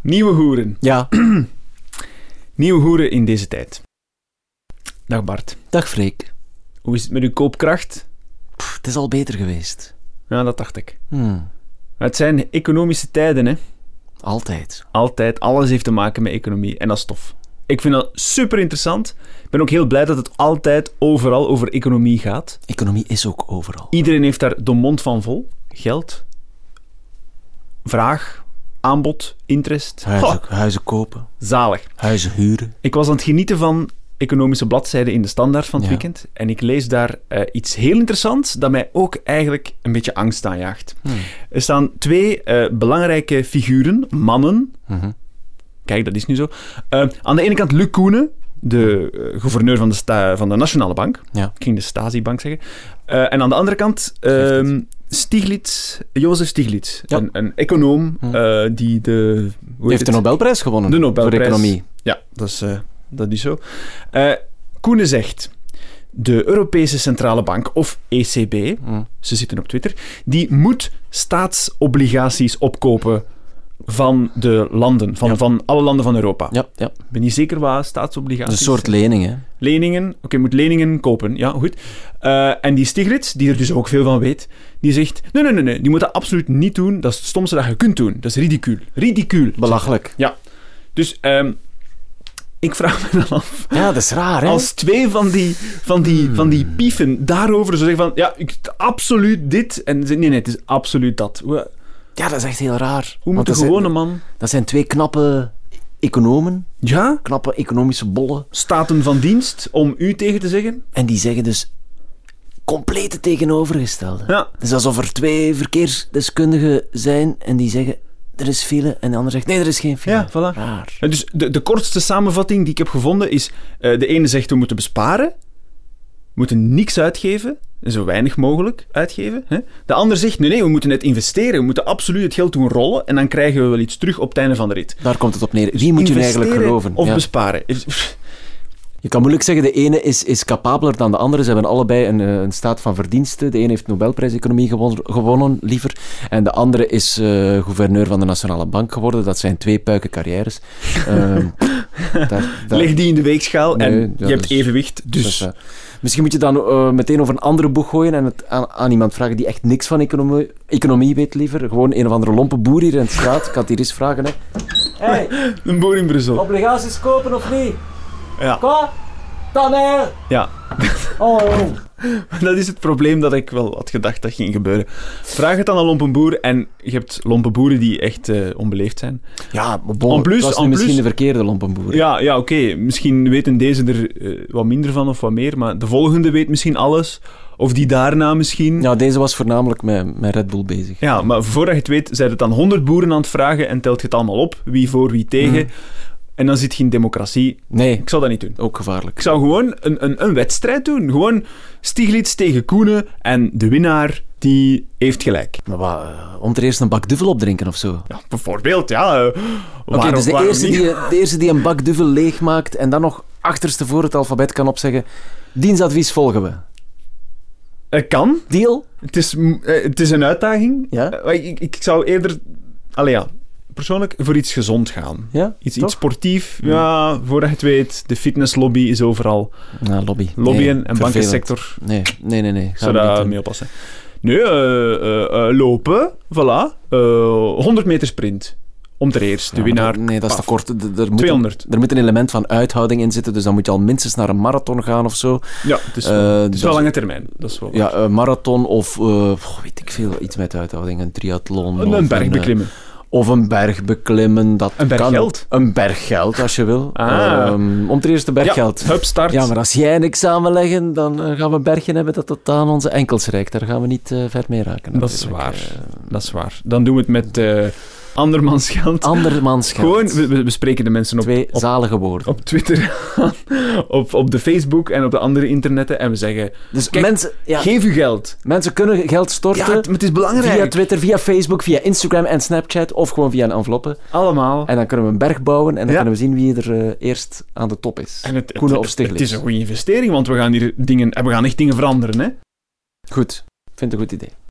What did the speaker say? Nieuwe hoeren. Ja, Nieuwe hoeren in deze tijd. Dag Bart. dag Freek. Hoe is het met uw koopkracht? Pff, het is al beter geweest. Ja, dat dacht ik. Hmm, Het zijn economische tijden, hè. altijd. Altijd. Alles heeft te maken met economie. En dat is tof. Ik vind dat super interessant. Ik ben ook heel blij dat het altijd overal over economie gaat. Economie is ook overal. Iedereen heeft daar de mond van vol. Geld. Vraag. Aanbod. Interest. Huizen, Ha, huizen kopen, zalig. huizen huren. Ik was aan het genieten van economische bladzijden in de Standaard van het Ja. weekend. En ik lees daar eh, iets heel interessants dat mij ook eigenlijk een beetje angst aanjaagt. Hmm. Er staan twee eh, belangrijke figuren, mannen. Mhm. Kijk, dat is nu zo. Eh, aan de ene kant Luc Koenen, de eh, gouverneur van de, sta- van de Nationale Bank. Ja. Ik ging de Stasi-bank zeggen. Eh, en aan de andere kant ehm, Stiglitz, Jozef Stiglitz. Ja. Een, een econoom Hm. eh, die de... hoe heet Die heeft de het? Nobelprijs gewonnen De Nobelprijs. voor economie. Ja, dat is, eh, dat is zo. Eh Koenen zegt... De Europese Centrale Bank, of ECB, Hmm. ze zitten op Twitter, die moet staatsobligaties opkopen van de landen, van, Ja. van alle landen van Europa. Ja, ja. Ik ben niet zeker waar een staatsobligaties soort zijn. lening, hè. leningen. Oké, je moet leningen kopen. Ja, goed. Eh, en die Stiglitz, die er dus ook veel van weet, die zegt, nee, nee, nee, nee, die moet dat absoluut niet doen. Dat is het stomste dat je kunt doen. Dat is ridicuul. Ridicuul. Belachelijk. Dus ehm, ik vraag me dan af, Ja, dat is raar, hè. Hmm. als twee van die, van die, van die pieven daarover zo zeggen van, ja, ik, absoluut dit, en ze- nee, nee, het is absoluut dat. Hoe, Ja, dat is echt heel raar. hoe moet Want een dat gewone Zijn, man... dat zijn twee knappe economen, Ja? knappe economische bollen. Staten van dienst, om u tegen te zeggen? En die zeggen dus compleet het tegenovergestelde. Ja. Het is alsof er twee verkeersdeskundigen zijn en die zeggen er is file en de ander zegt nee, er is geen file. Ja, voilà. Raar. En Dus de, de kortste samenvatting die ik heb gevonden is: eh, de ene zegt we moeten besparen, we moeten niks uitgeven, en zo weinig mogelijk uitgeven. Hè? De ander zegt nee, nee, we moeten net investeren, we moeten absoluut het geld doen rollen en dan krijgen we wel iets terug op het einde van de rit. Daar komt het op neer. Wie moet je nu eigenlijk Investeren geloven? Of Ja. besparen. Je kan moeilijk zeggen, de ene is, is capabeler dan de andere. Ze hebben allebei een, eh, een staat van verdiensten. De ene heeft Nobelprijs-economie gewon- gewonnen, liever. En de andere is eh, gouverneur van de Nationale Bank geworden. Dat zijn twee puiken carrières. Ehm, daar- daar- Leg die in de weegschaal en Nee, ja, je hebt dus- evenwicht. Dat is Dus waar. Misschien moet je dan eh, meteen over een andere boeg gooien en het aan, aan iemand vragen die echt niks van economie, economie weet liever. Gewoon een of andere lompe boer hier in de straat. Ik had hier eens vragen. Hé, hey, een boer in Brussel. obligaties kopen of niet? Ja, Qua? Tanner! ja, Oh, oh. dat is het probleem dat ik wel had gedacht dat ging gebeuren. Vraag het aan een lompe boer en je hebt lompe boeren die echt eh, onbeleefd zijn. Ja, maar bon, En plus- het was nu en misschien plus- de verkeerde lompenboer. Ja, ja oké. Misschien weten deze er eh, wat minder van of wat meer, maar de volgende weet misschien alles. Of die daarna misschien. Ja, Nou, deze was voornamelijk met, met Red Bull bezig. maar voordat je het weet, zijn het dan honderd boeren aan het vragen en telt je het allemaal op. Wie voor, wie tegen. Mm. En dan zit geen democratie. Nee, Ik zou dat niet doen. ook gevaarlijk. Ik zou gewoon een, een, een wedstrijd doen. Gewoon Stiglitz tegen Koenen en de winnaar, die heeft gelijk. Maar wat, eh, om er eerst een bak duvel op drinken of zo. Oké, Ja, bijvoorbeeld, ja. Eh, Oké, dus de eerste, die, de eerste die een bak duvel leegmaakt en dan nog achterstevoren het alfabet kan opzeggen. Dienstadvies volgen we. kan. Deal? Het is, mm, eh, het is een uitdaging. Ja? Eh, maar ik, ik zou eerder... Allee, ja. Persoonlijk voor iets gezond gaan. Ja? Iets, Toch? iets sportief. Ja, voordat je het weet, de fitnesslobby is overal. Nou, lobby. Lobbyen Nee, en vervelend. bankensector. Nee, nee, nee. nee. Zou we niet daar doen. mee oppassen. Nee, eh, eh, eh, lopen. Voilà. Eh, 100 meter sprint. Om ter eerst. De Ja, maar winnaar. dat- eh, Nee, dat is te paf. kort. D- d- Er moet, een, 200. er moet een element van uithouding in zitten, dus dan moet je al minstens naar een marathon gaan of zo. Ja, het is, Eh, wel, het is wel dat- lange termijn. Dat is wel Ja, een marathon of eh, goh, weet ik veel, iets met uithouding, een triathlon. een, of een berg eh, beklimmen. Of een berg beklimmen, dat Een berg kan geld? ook. Een berg geld, als je wil. Ah. Ehm, om ten eerste berggeld. Ja, hup, start. Ja, maar als jij en ik samenleggen, dan eh, gaan we een bergje hebben dat tot aan onze enkels reikt. Daar gaan we niet eh, ver mee raken. Dat is natuurlijk. waar. Eh, Dat is waar. Dan doen we het met eh andermans geld. Andermans geld. Gewoon, we, we- we spreken de mensen op, Twee op, zalige woorden. op Twitter aan, op, op de Facebook en op de andere internetten en we zeggen, Dus Kijk, mensen, ja, geef uw geld. mensen kunnen geld Ja, storten het, het is via belangrijk. Twitter, via Facebook, via Instagram en Snapchat. Of gewoon via een enveloppe. Allemaal. En dan kunnen we een berg bouwen en dan Ja. kunnen we zien wie er eh, eerst aan de top is. En het, het, Koenen het- of Stiglitz. het is een goede investering, want we gaan hier dingen, en we gaan echt dingen veranderen. Hè? Goed, vind het een goed idee.